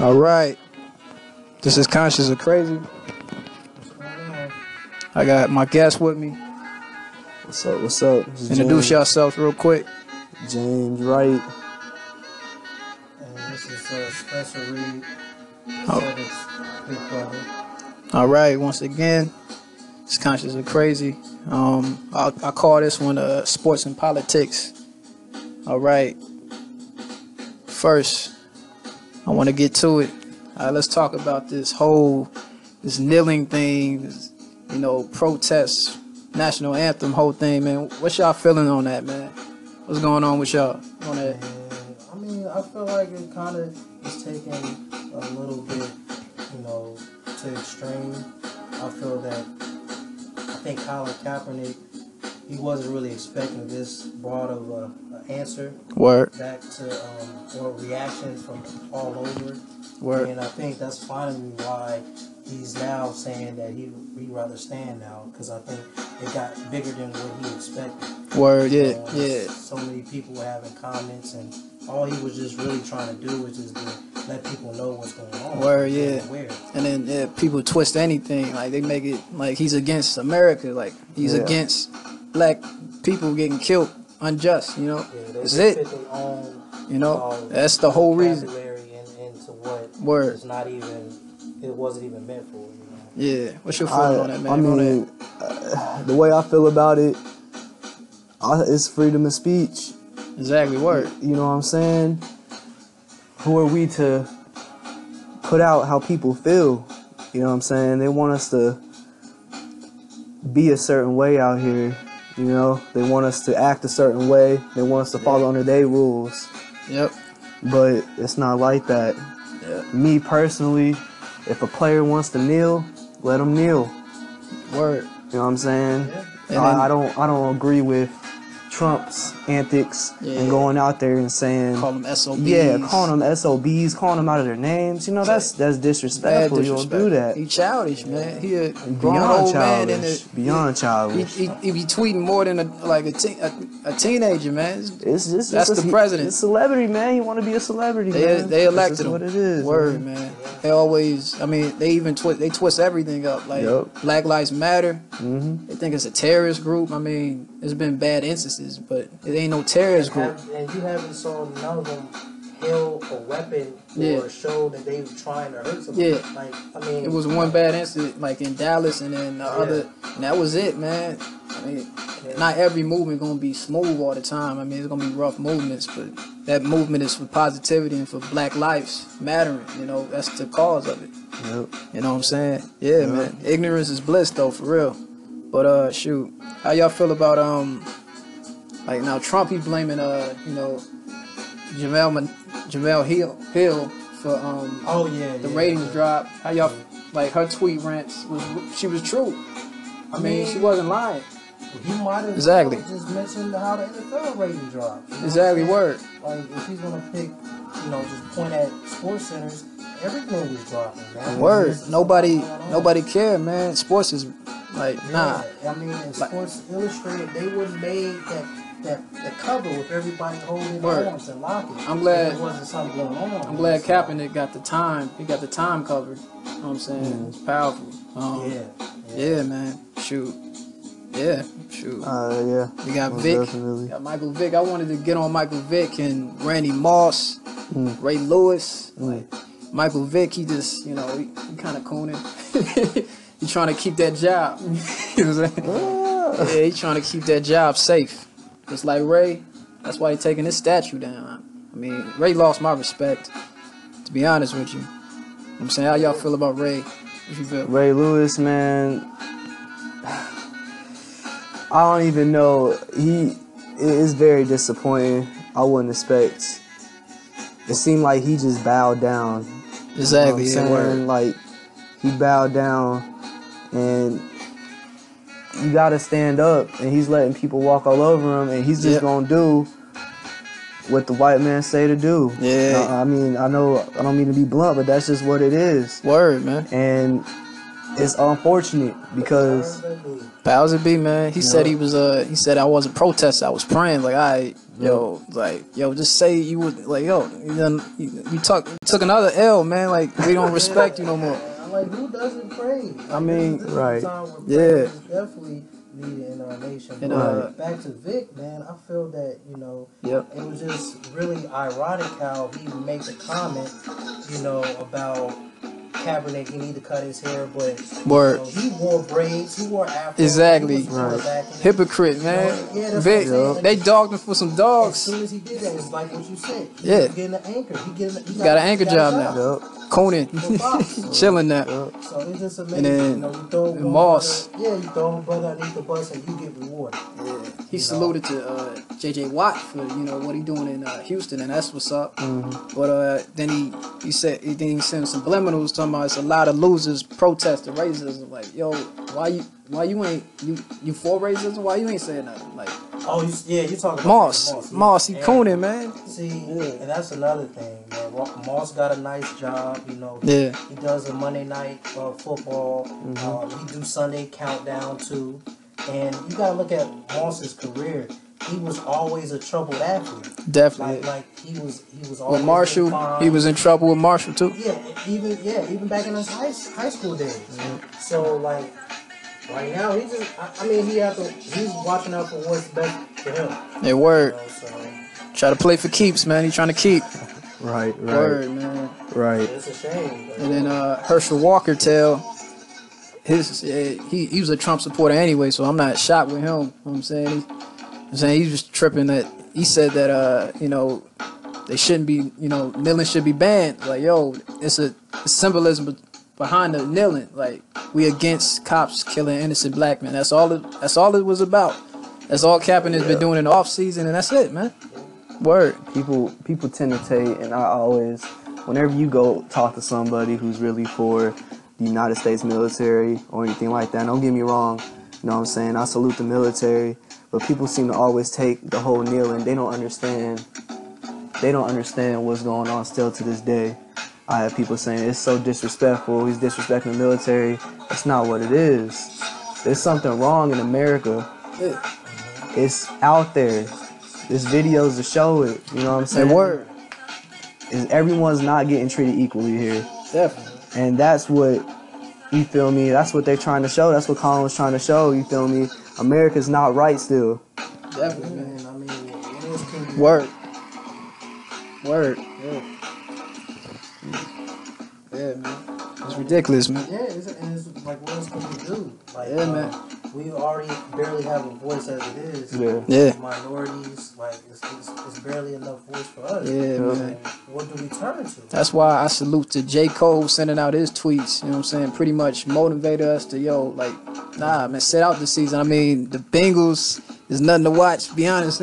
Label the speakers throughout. Speaker 1: All right. This is Conscious of Crazy. I got my guest with me.
Speaker 2: What's up? What's up? This is
Speaker 1: Introduce
Speaker 2: James-
Speaker 1: yourselves real quick.
Speaker 2: James Wright.
Speaker 3: And this is a special read.
Speaker 1: Oh. All right. Once again, it's Conscious of Crazy. Um, I, I call this one uh, Sports and Politics. All right. First, I want to get to it. All right, let's talk about this whole this kneeling thing, this, you know, protests, national anthem, whole thing, man. What's y'all feeling on that, man? What's going on with y'all on that?
Speaker 3: And, I mean, I feel like it kind of is taken a little bit, you know, to extreme. I feel that I think Colin Kaepernick, he wasn't really expecting this broad of a, a answer
Speaker 1: Word,
Speaker 3: back to um, or reactions from all over.
Speaker 1: word,
Speaker 3: And I think that's finally why he's now saying that he he'd rather stand now because I think it got bigger than what he expected.
Speaker 1: word. Yeah,
Speaker 3: Uh,
Speaker 1: yeah.
Speaker 3: So many people were having comments, and all he was just really trying to do was just to let people know what's going on.
Speaker 1: Word, yeah.
Speaker 3: and Where.
Speaker 1: And then yeah, people twist anything. Like they make it like he's against America. Like he's
Speaker 2: Yeah.
Speaker 1: against black people getting killed, unjust. You know,
Speaker 3: Yeah, they
Speaker 1: That's
Speaker 3: just
Speaker 1: it.
Speaker 3: fit their own
Speaker 1: you know.
Speaker 3: um,
Speaker 1: That's the whole reason.
Speaker 3: vocabulary And, into what
Speaker 1: Word.
Speaker 3: it's not even, it wasn't even meant for. You know?
Speaker 1: Yeah. What's your
Speaker 2: I,
Speaker 1: feeling on that, man?
Speaker 2: I
Speaker 1: You on that?
Speaker 2: mean, uh, the way I feel about it, I, it's freedom of speech.
Speaker 1: exactly. Word.
Speaker 2: You know what I'm saying? Who are we to put out how people feel? You know what I'm saying? They want us to be a certain way out here. You know, they want us to act a certain way. They want us to follow under their rules.
Speaker 1: Yep.
Speaker 2: but it's not like that.
Speaker 1: Yeah.
Speaker 2: Me personally, if a player wants to kneel, let him kneel.
Speaker 1: Word.
Speaker 2: You know what I'm saying?
Speaker 3: Yeah.
Speaker 1: And then-
Speaker 2: I, I don't I don't agree with Trump's antics
Speaker 1: Yeah.
Speaker 2: and going out there and saying
Speaker 1: Call them SOBs.
Speaker 2: yeah, calling them SOBs, calling them out of their names. You know that's that's
Speaker 1: Bad
Speaker 2: disrespectful. You don't
Speaker 1: disrespect.
Speaker 2: do that.
Speaker 1: He childish, man. He a grown
Speaker 2: Beyond
Speaker 1: old man in
Speaker 2: childish.
Speaker 1: the
Speaker 2: Beyond
Speaker 1: He,
Speaker 2: childish.
Speaker 1: he, he be tweeting more than a like a, teen, a, a teenager, man. It's-
Speaker 2: It's just
Speaker 1: That's
Speaker 2: it's
Speaker 1: the president.
Speaker 2: It's celebrity, man. You want to be a celebrity.
Speaker 1: They,
Speaker 2: man.
Speaker 1: they
Speaker 2: That's
Speaker 1: elected
Speaker 2: just
Speaker 1: him.
Speaker 2: what it is.
Speaker 1: Word,
Speaker 2: man.
Speaker 1: man. They always, I mean, they even twist, they twist everything up. Like
Speaker 2: Yup.
Speaker 1: Black Lives Matter,
Speaker 2: Mhm.
Speaker 1: they think it's a terrorist group. I mean, there's been bad instances, but it ain't no terrorist group.
Speaker 3: Have- and you haven't saw none of them held a weapon
Speaker 1: Yeah.
Speaker 3: or show that they were trying to hurt someone.
Speaker 1: Yeah.
Speaker 3: Like I mean,
Speaker 1: It was one bad incident, like in Dallas, and then the
Speaker 3: Yeah.
Speaker 1: other, and that was it, man. I mean,
Speaker 3: Yeah.
Speaker 1: not every movement gonna be smooth all the time. I mean, it's gonna be rough movements, but that movement is for positivity and for Black lives mattering. You know, that's the cause of it.
Speaker 2: Yep.
Speaker 1: You know what I'm saying? Yeah,
Speaker 2: Yeah.
Speaker 1: man. Ignorance is bliss though, for real. But uh shoot. How y'all feel about um like now Trump he blaming uh, you know, Jamel Man- Jamel Hill Hill for um
Speaker 3: Oh yeah,
Speaker 1: the
Speaker 3: yeah,
Speaker 1: ratings
Speaker 3: yeah.
Speaker 1: drop. How y'all like her tweet rants was she was true. I mean, she wasn't lying.
Speaker 3: He might have
Speaker 1: Exactly.
Speaker 3: just mentioned how the NFL rating dropped. You know
Speaker 1: Exactly
Speaker 3: what
Speaker 1: word.
Speaker 3: I'm saying? Like if he's gonna pick, you know, just point at sports centers, everything was dropping. Man.
Speaker 1: Word.
Speaker 3: It's just-
Speaker 1: Nobody
Speaker 3: I don't know.
Speaker 1: nobody cared, man. Sports is like nah.
Speaker 3: Yeah, I mean, in Sports Illustrated, they would have made that, that the cover with everybody holding
Speaker 1: Word.
Speaker 3: arms and locking.
Speaker 1: I'm glad-
Speaker 3: There wasn't something going on.
Speaker 1: I'm glad
Speaker 3: So,
Speaker 1: Kaepernick got the time. He got the time covered. You know what I'm saying? It's powerful. Um,
Speaker 3: Yeah.
Speaker 1: Yeah, man. Shoot. Yeah, shoot.
Speaker 2: Uh, yeah.
Speaker 1: we got
Speaker 2: most
Speaker 1: Vic. We
Speaker 2: Definitely.
Speaker 1: got Michael Vick. I wanted to get on Michael Vick and Randy Moss,
Speaker 2: Mm.
Speaker 1: Ray Lewis.
Speaker 2: Mm.
Speaker 1: Michael Vick, he just, you know, he, he kind of cooning. he trying to keep that job. you know what I'm saying?
Speaker 2: Ah.
Speaker 1: yeah, he trying to keep that job safe. Just like Ray, that's why he taking his statue down. I mean, Ray lost my respect, to be honest with you. I'm saying, how y'all feel about Ray? What you feel?
Speaker 2: Ray Lewis, man. I don't even know. He it is very disappointing. I wouldn't expect. It seemed like he just bowed down. You know what I'm
Speaker 1: Exactly. yeah, word.
Speaker 2: saying? Like he bowed down, and you gotta stand up. And he's letting people walk all over him, and he's just
Speaker 1: Yep.
Speaker 2: gonna do what the white man say to do.
Speaker 1: Yeah.
Speaker 2: Now, I mean, I know I don't mean to be blunt, but that's just what it is
Speaker 1: Word, man.
Speaker 2: and it's unfortunate because
Speaker 3: Word, baby.
Speaker 1: Bowser B, man. He said he was uh he said I wasn't protesting, I was praying. Like I yo, like, yo, just say you would, like, yo, you done, you, you took you took another L, man. Like, we don't respect you no more.
Speaker 3: I'm like, who doesn't pray?
Speaker 1: I mean,
Speaker 3: this, this
Speaker 2: right.
Speaker 3: Is a time where prayer
Speaker 1: Yeah.
Speaker 3: is definitely needed in our nation.
Speaker 1: And,
Speaker 3: But
Speaker 1: uh,
Speaker 3: back to Vic, man, I feel that you know
Speaker 1: Yep.
Speaker 3: it was just really ironic how he makes a comment, you know, about Kaepernick. He need to cut his hair, but you
Speaker 1: Word.
Speaker 3: know, he wore braids, he wore afro,
Speaker 1: Exactly.
Speaker 3: he was going
Speaker 2: Right.
Speaker 3: back in-
Speaker 1: Hypocrite, man.
Speaker 3: Yeah, that's
Speaker 1: Vic,
Speaker 3: what I'm saying.
Speaker 1: they dogged him for some
Speaker 3: As
Speaker 1: dogs.
Speaker 3: soon as he did that, it's like what you said. He
Speaker 1: Yeah.
Speaker 3: was getting an anchor. He getting he
Speaker 1: Got an anchor job now.
Speaker 2: Yup,
Speaker 1: Conan, chilling now.
Speaker 2: yup.
Speaker 3: So it's just
Speaker 1: And
Speaker 3: amazing.
Speaker 1: then
Speaker 3: you know, you throw one
Speaker 1: Moss.
Speaker 3: brother- yeah, you throw one brother underneath the bus and you get rewarded.
Speaker 1: He
Speaker 3: You know.
Speaker 1: saluted to uh, J.J. Watt for you know what he doing in uh, Houston, and that's what's up.
Speaker 2: Mhm.
Speaker 3: Mm-hmm.
Speaker 1: But uh, then he he said then he sent subliminals talking about it's a lot of losers protesting racism. Like yo, why you why you ain't you you for racism? Why you ain't saying nothing? Like
Speaker 3: Oh, you, yeah, you talking about
Speaker 1: Moss,
Speaker 3: yeah.
Speaker 1: Moss, he
Speaker 3: And-
Speaker 1: cooning man.
Speaker 3: See, and that's another thing, man. Wa- Moss got a nice job, you know.
Speaker 1: Yeah, Mm-hmm.
Speaker 3: He does a Monday night uh, football. Uh, we do Sunday countdown too. And you gotta look at Moss's career. He was always a troubled athlete.
Speaker 1: definitely.
Speaker 3: Like, like he was, he was always
Speaker 1: with Marshall, he
Speaker 3: defined.
Speaker 1: was in trouble with Marshall too.
Speaker 3: Yeah, even yeah, even back in his high, high school days.
Speaker 1: Mm-hmm.
Speaker 3: So like, right now he just I, I mean he have to he's watching out for what's best for him.
Speaker 1: They
Speaker 3: You
Speaker 1: word
Speaker 3: know, so
Speaker 1: try to play for keeps, man. He trying to keep
Speaker 2: Right, right,
Speaker 1: word, man.
Speaker 2: right.
Speaker 3: it's a shame. but-
Speaker 1: And then uh, Herschel Walker tell his uh, he he was a Trump supporter anyway, so I'm not shocked with him. You know what I'm saying He- I'm saying he's just tripping that he said that uh you know they shouldn't be you know kneeling should be banned. Like yo, it's a symbolism be- behind the kneeling. Like we against cops killing innocent black men. That's all it. That's all it was about. That's all Kaepernick's been doing in the off season, and that's it, man. Word.
Speaker 2: people people tend to take and i always whenever you go talk to somebody who's really for the united states military or anything like that don't get me wrong you know what i'm saying i salute the military but people seem to always take the whole kneeling they don't understand they don't understand what's going on still to this day i have people saying it's so disrespectful he's disrespecting the military that's not what it is there's something wrong in america
Speaker 1: Yeah.
Speaker 2: it's out there this video's to show it you know what i'm saying
Speaker 1: And word.
Speaker 2: is everyone's not getting treated equally here.
Speaker 1: Definitely.
Speaker 2: And that's what you feel me, that's what they're trying to show. That's what Colin was trying to show, you feel me? America's not right still.
Speaker 1: Definitely, man.
Speaker 3: And I mean, it is kinda-
Speaker 1: Word. Word. Yeah. Yeah, man. It's ridiculous, man.
Speaker 3: Yeah, it's, and it's like what else can we do? Like,
Speaker 1: Yeah, man.
Speaker 3: uh, we already barely have a voice as it is.
Speaker 2: Yeah.
Speaker 1: Yeah.
Speaker 3: Minorities, like it's, it's, it's barely enough voice for us.
Speaker 1: Yeah, man.
Speaker 3: And What do we turn to?
Speaker 1: That's why I salute to J. Cole sending out his tweets, you know what I'm saying? Pretty much motivated us to, yo, like, nah, man, sit out the season. I mean, the Bengals is nothing to watch, be honest.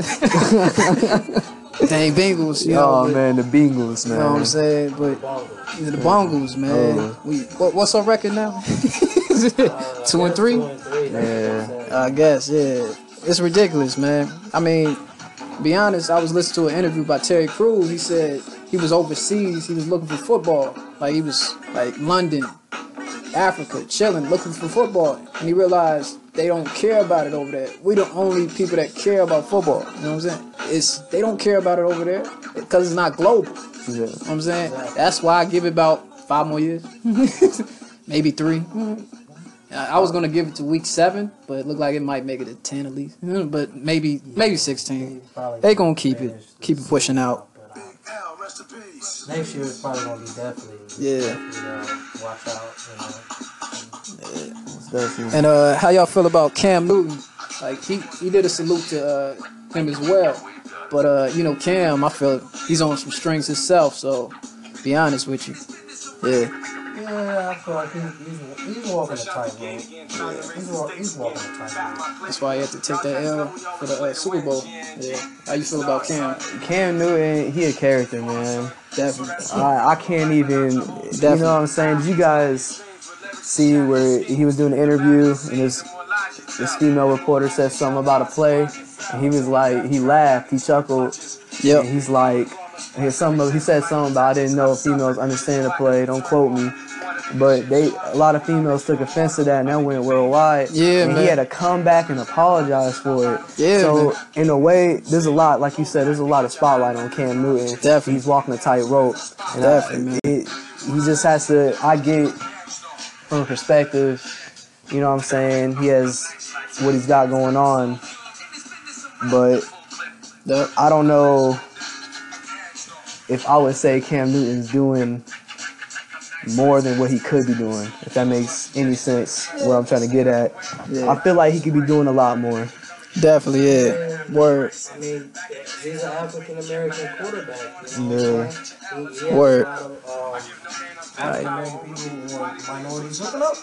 Speaker 1: Dang Bengals, you know.
Speaker 2: oh
Speaker 1: but-
Speaker 2: man, the Bengals,
Speaker 1: You
Speaker 2: man.
Speaker 1: know what I'm saying? But
Speaker 3: Ballers.
Speaker 1: these are the Bongos, man.
Speaker 2: Oh.
Speaker 1: We, what, what's our record now?
Speaker 3: Uh,
Speaker 1: Two and
Speaker 3: yeah,
Speaker 1: three?
Speaker 3: Two and three. that's what I'm saying.
Speaker 1: I guess, yeah. It's ridiculous, man. I mean, be honest, I was listening to an interview by Terry Crews. He said he was overseas, he was looking for football. Like he was like London, Africa, chilling, looking for football. And he realized they don't care about it over there. We the only people that care about football. You know what I'm saying? It's they don't care about it over there because it's not global.
Speaker 2: Yeah.
Speaker 1: You know what I'm saying? That's why I give it about five more years, maybe three. I I was gonna give it to week seven, but it looked like it might make it to ten at least. Mm, But maybe maybe sixteen.
Speaker 3: Probably
Speaker 1: They gonna keep it,
Speaker 3: finish
Speaker 1: keep
Speaker 3: this
Speaker 1: it pushing out.
Speaker 3: but, um,
Speaker 4: Al, rest in peace.
Speaker 3: Next year is probably gonna be definitely.
Speaker 1: Yeah.
Speaker 3: definitely, uh, watch out,
Speaker 2: It's definitely-
Speaker 1: And uh, how y'all feel about Cam Newton? Like he, he did a salute to uh, him as well, but uh, you know Cam, I feel he's on some strings himself. So be honest with you, yeah,
Speaker 3: you know. Yeah, I feel like he's, he's, he's walking a
Speaker 4: Shot the
Speaker 3: tightrope.
Speaker 4: game again, trying to raise
Speaker 3: He's,
Speaker 4: the
Speaker 3: walk, he's
Speaker 4: stakes
Speaker 3: walking
Speaker 4: again.
Speaker 3: a
Speaker 4: Back
Speaker 3: tightrope.
Speaker 4: my place.
Speaker 1: that's why he had to take that L for the uh, Super Bowl. Yeah, how you feel about Cam?
Speaker 2: Cam Newton, he a character, man.
Speaker 1: Definitely.
Speaker 2: I, I can't even you know what I'm saying? Did you guys see where he was doing an interview and this this female reporter said something about a play and he was like he laughed, he chuckled,
Speaker 1: Yep.
Speaker 2: And he's like, and he's something, he said something about I didn't know if females understand the play. Don't quote me. But they a lot of females took offense to that and that went worldwide.
Speaker 1: Yeah,
Speaker 2: and
Speaker 1: man.
Speaker 2: he had to come back and apologize for it.
Speaker 1: Yeah,
Speaker 2: So
Speaker 1: man.
Speaker 2: in a way, there's a lot, like you said, there's a lot of spotlight on Cam Newton.
Speaker 1: Definitely.
Speaker 2: He's walking a tightrope. And
Speaker 1: Definitely,
Speaker 2: I,
Speaker 1: man.
Speaker 2: It, he just has to I get it from perspective, you know what I'm saying? He has what he's got going on. But
Speaker 1: Yup.
Speaker 2: I don't know if I would say Cam Newton's doing more than what he could be doing, if that makes any sense where I'm trying to get at.
Speaker 1: Yeah.
Speaker 2: I feel like he could be doing a lot more.
Speaker 1: Definitely, yeah. Word.
Speaker 3: I mean, he's an African American quarterback. You
Speaker 2: Yeah.
Speaker 3: know what I'm saying? He- he has a
Speaker 1: Word.
Speaker 3: lot of, um, African American people or minorities looking up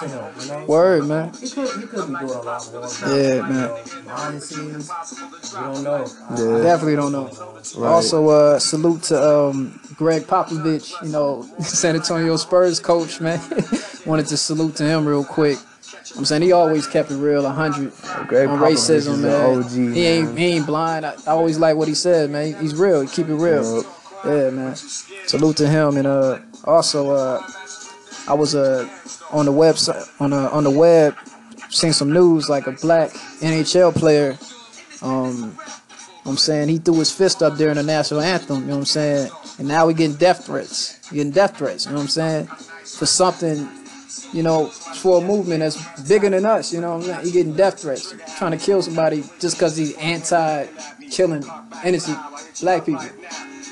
Speaker 3: to him. You know?
Speaker 1: Word, man.
Speaker 3: He could, he could be doing a lot more.
Speaker 1: Yeah,
Speaker 3: You
Speaker 1: man.
Speaker 3: know, behind the scenes, we don't know. I-
Speaker 2: Yeah.
Speaker 1: Definitely don't know. Also, uh, salute to um, Greg Popovich, you know, San Antonio Spurs coach, man. Wanted to salute to him real quick. I'm saying he always kept it real, 100
Speaker 2: Greg
Speaker 1: on
Speaker 2: Popovich is
Speaker 1: racism,
Speaker 2: an
Speaker 1: man.
Speaker 2: OG,
Speaker 1: he ain't
Speaker 2: man.
Speaker 1: he ain't blind. I, I always like what he said, man. He- He's real. He keep it real.
Speaker 2: Yup.
Speaker 1: Yeah, man. Salute to him, and uh, also uh, I was uh on the website on uh, on the web seen some news like a black NHL player. Um, I'm saying he threw his fist up during the national anthem. You know what I'm saying? And now we getting death threats. We getting death threats. You know what I'm saying? For something, you know, for a movement that's bigger than us. You know what I'm saying? He getting death threats, trying to kill somebody just because he's anti-killing innocent black people. You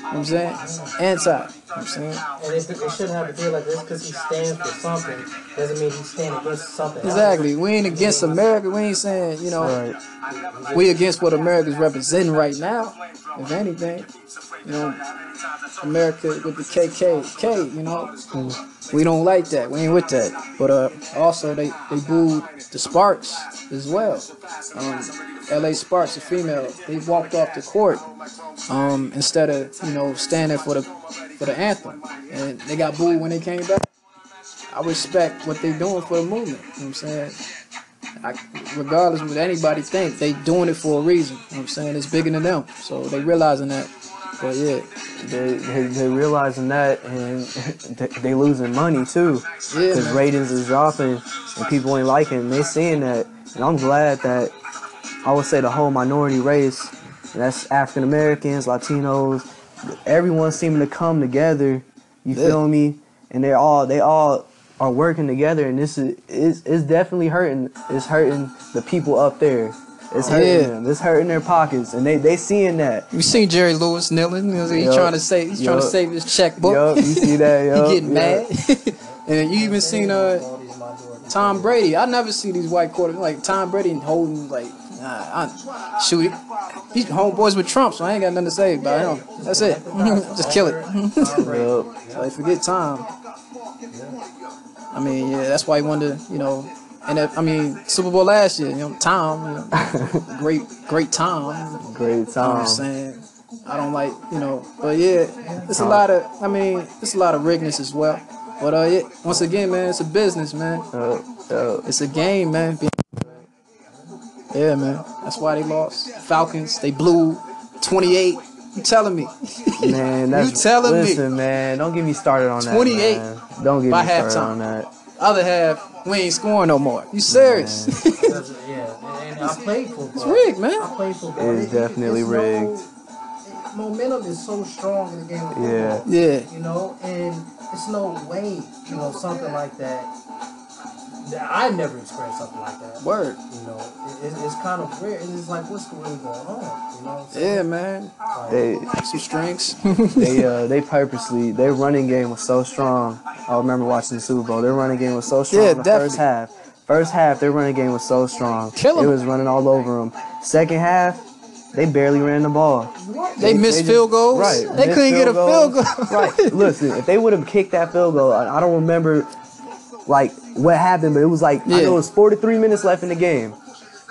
Speaker 1: know what I'm saying? Anti. You know what I'm saying?
Speaker 3: And it's, it shouldn't have to be like this because he stands for something. Doesn't mean he's standing against something. else.
Speaker 1: Exactly. We ain't against America. We ain't saying, you know,
Speaker 2: Right.
Speaker 1: we against what America's representing right now. If anything, you know, America with the KKK, you know, we don't like that. We ain't with that. But uh, also they they booed the Sparks as well. Um, L.A. Sparks, a female, they walked off the court um, instead of you know standing for the for the anthem, and they got booed when they came back. I respect what they doing for the movement. You know what I'm saying? I, regardless of what anybody think, they doing it for a reason. You know what I'm saying? It's bigger than them. So they realizing that. But yeah,
Speaker 2: They, they, they realizing that and they, they losing money too.
Speaker 1: yeah,
Speaker 2: Because
Speaker 1: man.
Speaker 2: ratings is dropping and people ain't liking it. and They seeing that. And I'm glad that I would say the whole minority race, and that's African Americans, Latinos, everyone seeming to come together. You
Speaker 1: Yeah.
Speaker 2: feel me? And they're all they all are working together and this is it's, it's definitely hurting it's hurting the people up there. It's hurting
Speaker 1: Yeah.
Speaker 2: them. It's hurting their pockets. And they they seeing that.
Speaker 1: You seen Jerry Lewis kneeling? You know, He's
Speaker 2: Yup.
Speaker 1: trying to save. He's trying to
Speaker 2: Yup.
Speaker 1: save his checkbook.
Speaker 2: Yup, you see that, yup,
Speaker 1: he getting
Speaker 2: yup.
Speaker 1: mad. and you even seen uh
Speaker 3: All these minorities.
Speaker 1: Tom Brady. I never see these white quarters like Tom Brady holding like nah, I, shoot. He's homeboys with Trump, so I ain't got nothing to say about him. That's it. Just kill it.
Speaker 3: Tom Brady.
Speaker 2: Yup.
Speaker 1: So they forget time. I mean, yeah, that's why he won the, you know, and that, I mean Super Bowl last year. You know, Tom, you know, great, great Tom.
Speaker 2: Great
Speaker 1: You know what
Speaker 2: time.
Speaker 1: I'm saying? I don't like, you know, but yeah, it's a lot of, I mean, it's a lot of rigness as well. But uh, yeah, once again, man, it's a business, man.
Speaker 2: Yup, yup.
Speaker 1: It's a game, man. Be- Yeah, man. That's why they lost. Falcons, they blew 28. You telling me?
Speaker 2: Man, that's
Speaker 1: you telling me?
Speaker 2: listen, man, don't get me started on that.
Speaker 1: 28
Speaker 2: man. Don't get
Speaker 1: by
Speaker 2: me started
Speaker 1: halftime.
Speaker 2: on that.
Speaker 1: Other half, we ain't scoring no more. You serious?
Speaker 3: Doesn't- Yeah, and, and I played football.
Speaker 1: It's rigged, man.
Speaker 3: I played football.
Speaker 2: It is
Speaker 3: It- it-
Speaker 2: definitely
Speaker 3: it's
Speaker 2: rigged.
Speaker 3: No, momentum is so strong in the game of football.
Speaker 2: Yeah.
Speaker 1: yeah.
Speaker 3: you know, and it's no way, you know, something like that. that I never experienced something like that.
Speaker 1: Word.
Speaker 3: You know, it, it, it's kind of weird, and it's like, what's really going on? You know, what I'm saying?
Speaker 1: Yeah, man.
Speaker 2: They
Speaker 1: Some strings.
Speaker 2: they uh, they purposely their running game was so strong. I remember watching the Super Bowl. Their running game was so strong.
Speaker 1: Yeah,
Speaker 2: in the
Speaker 1: definitely.
Speaker 2: first half, first half their running game was so strong.
Speaker 1: Kill 'em.
Speaker 2: It was running all over them. Second half, they barely ran the ball.
Speaker 1: They missed
Speaker 2: just-
Speaker 1: field goals.
Speaker 2: Right.
Speaker 1: They
Speaker 2: missed
Speaker 1: couldn't get a field
Speaker 2: goals.
Speaker 1: goal.
Speaker 2: right. Listen, if they would have kicked that field goal, I, I don't remember like what happened, but it was like I
Speaker 1: Yeah.
Speaker 2: know it was four to three minutes left in the game.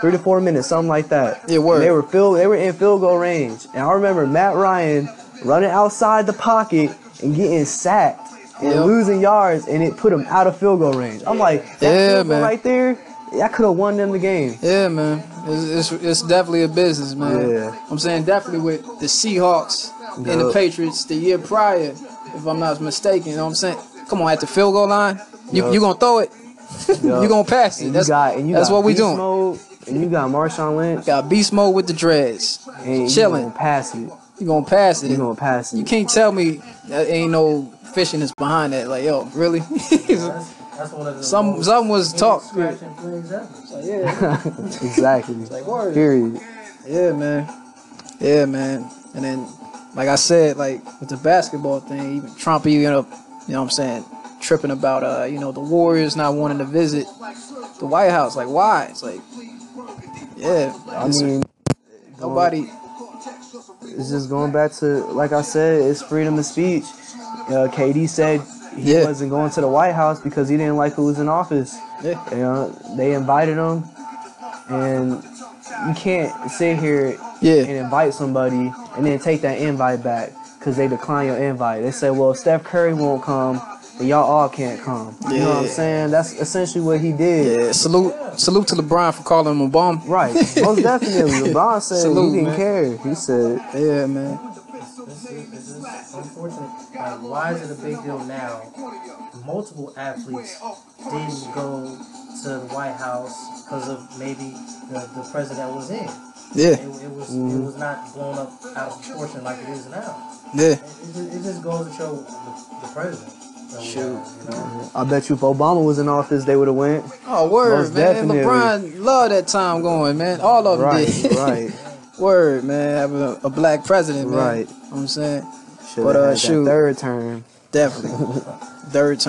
Speaker 2: Three to four minutes, something like that.
Speaker 1: Yeah, word.
Speaker 2: And They were field they were in field goal range. And I remember Matt Ryan running outside the pocket and getting sacked and
Speaker 1: Yep.
Speaker 2: losing yards and it put him out of field goal range. I'm like, that
Speaker 1: Yeah,
Speaker 2: field goal
Speaker 1: man.
Speaker 2: right there, I could have won them the game.
Speaker 1: yeah, man. It's, it's, it's definitely a business, man.
Speaker 2: Yeah.
Speaker 1: I'm saying definitely with the Seahawks and the
Speaker 2: Yup.
Speaker 1: Patriots the year prior, if I'm not mistaken. You know what I'm saying? Come on, at the field goal line, you
Speaker 2: Yup.
Speaker 1: you gonna throw it?
Speaker 2: Yup.
Speaker 1: you gonna pass it?
Speaker 2: And you
Speaker 1: that's
Speaker 2: got and you
Speaker 1: that's
Speaker 2: got
Speaker 1: what we
Speaker 2: Beast
Speaker 1: doing.
Speaker 2: Mode, and you got Marshawn Lynch.
Speaker 1: Got beast mode with the dreads.
Speaker 2: and
Speaker 1: chilling.
Speaker 2: You gonna pass it.
Speaker 1: You gonna pass it?
Speaker 2: You gonna pass
Speaker 1: You
Speaker 2: it.
Speaker 1: can't tell me that ain't no fishing is behind that. Like yo, really?
Speaker 3: That's, that's one of the
Speaker 1: some
Speaker 3: most
Speaker 1: some was talk. Like,
Speaker 3: head-scratching things ever.
Speaker 1: yeah.
Speaker 2: exactly.
Speaker 1: Like, word.
Speaker 2: Period.
Speaker 1: Yeah, man. Yeah, man. And then, like I said, like with the basketball thing, even Trump, you know, you know what I'm saying, tripping about, uh, you know, the Warriors not wanting to visit the White House. Like, why? It's like, yeah.
Speaker 2: I
Speaker 1: it's-
Speaker 2: mean, um,
Speaker 1: nobody.
Speaker 2: it's just going back to like I said, it's freedom of speech. Uh, KD said he
Speaker 1: Yeah.
Speaker 2: wasn't going to the White House because he didn't like who was in office.
Speaker 1: Yeah.
Speaker 2: You know, they invited him, and you can't sit here and
Speaker 1: Yeah.
Speaker 2: invite somebody and then take that invite back because they decline your invite. They say, well, Steph Curry won't come, and y'all all can't come. You know what I'm
Speaker 1: Yeah.
Speaker 2: saying? That's essentially what he did.
Speaker 1: Yeah. Salute, salute to LeBron for calling him a bum.
Speaker 2: Right, most definitely. LeBron said
Speaker 1: Salute,
Speaker 2: he didn't
Speaker 1: man.
Speaker 2: care. He said,
Speaker 1: Yeah, man.
Speaker 3: This is, this is unfortunate. Like, why is it a big deal now? Multiple athletes didn't go to the White House because of maybe the, the president was in. It,
Speaker 1: Yeah.
Speaker 3: it was
Speaker 1: Mm-hmm.
Speaker 3: it was not blown up out of proportion like it is now.
Speaker 1: Yeah.
Speaker 3: It, it, ju- it just goes to show the, the president. that we have, You know?
Speaker 2: I bet you if Obama was in office, they would have went.
Speaker 1: Oh, word,
Speaker 2: Most
Speaker 1: man.
Speaker 2: definitely.
Speaker 1: LeBron loved that time going, man. All of them
Speaker 2: Right,
Speaker 1: did.
Speaker 2: right,
Speaker 1: word, man. Having a, a black president, man.
Speaker 2: right.
Speaker 1: You know what I'm saying?
Speaker 2: Should
Speaker 1: But, uh,
Speaker 2: have had that
Speaker 1: shoot.
Speaker 2: third term.
Speaker 1: Definitely. Third term.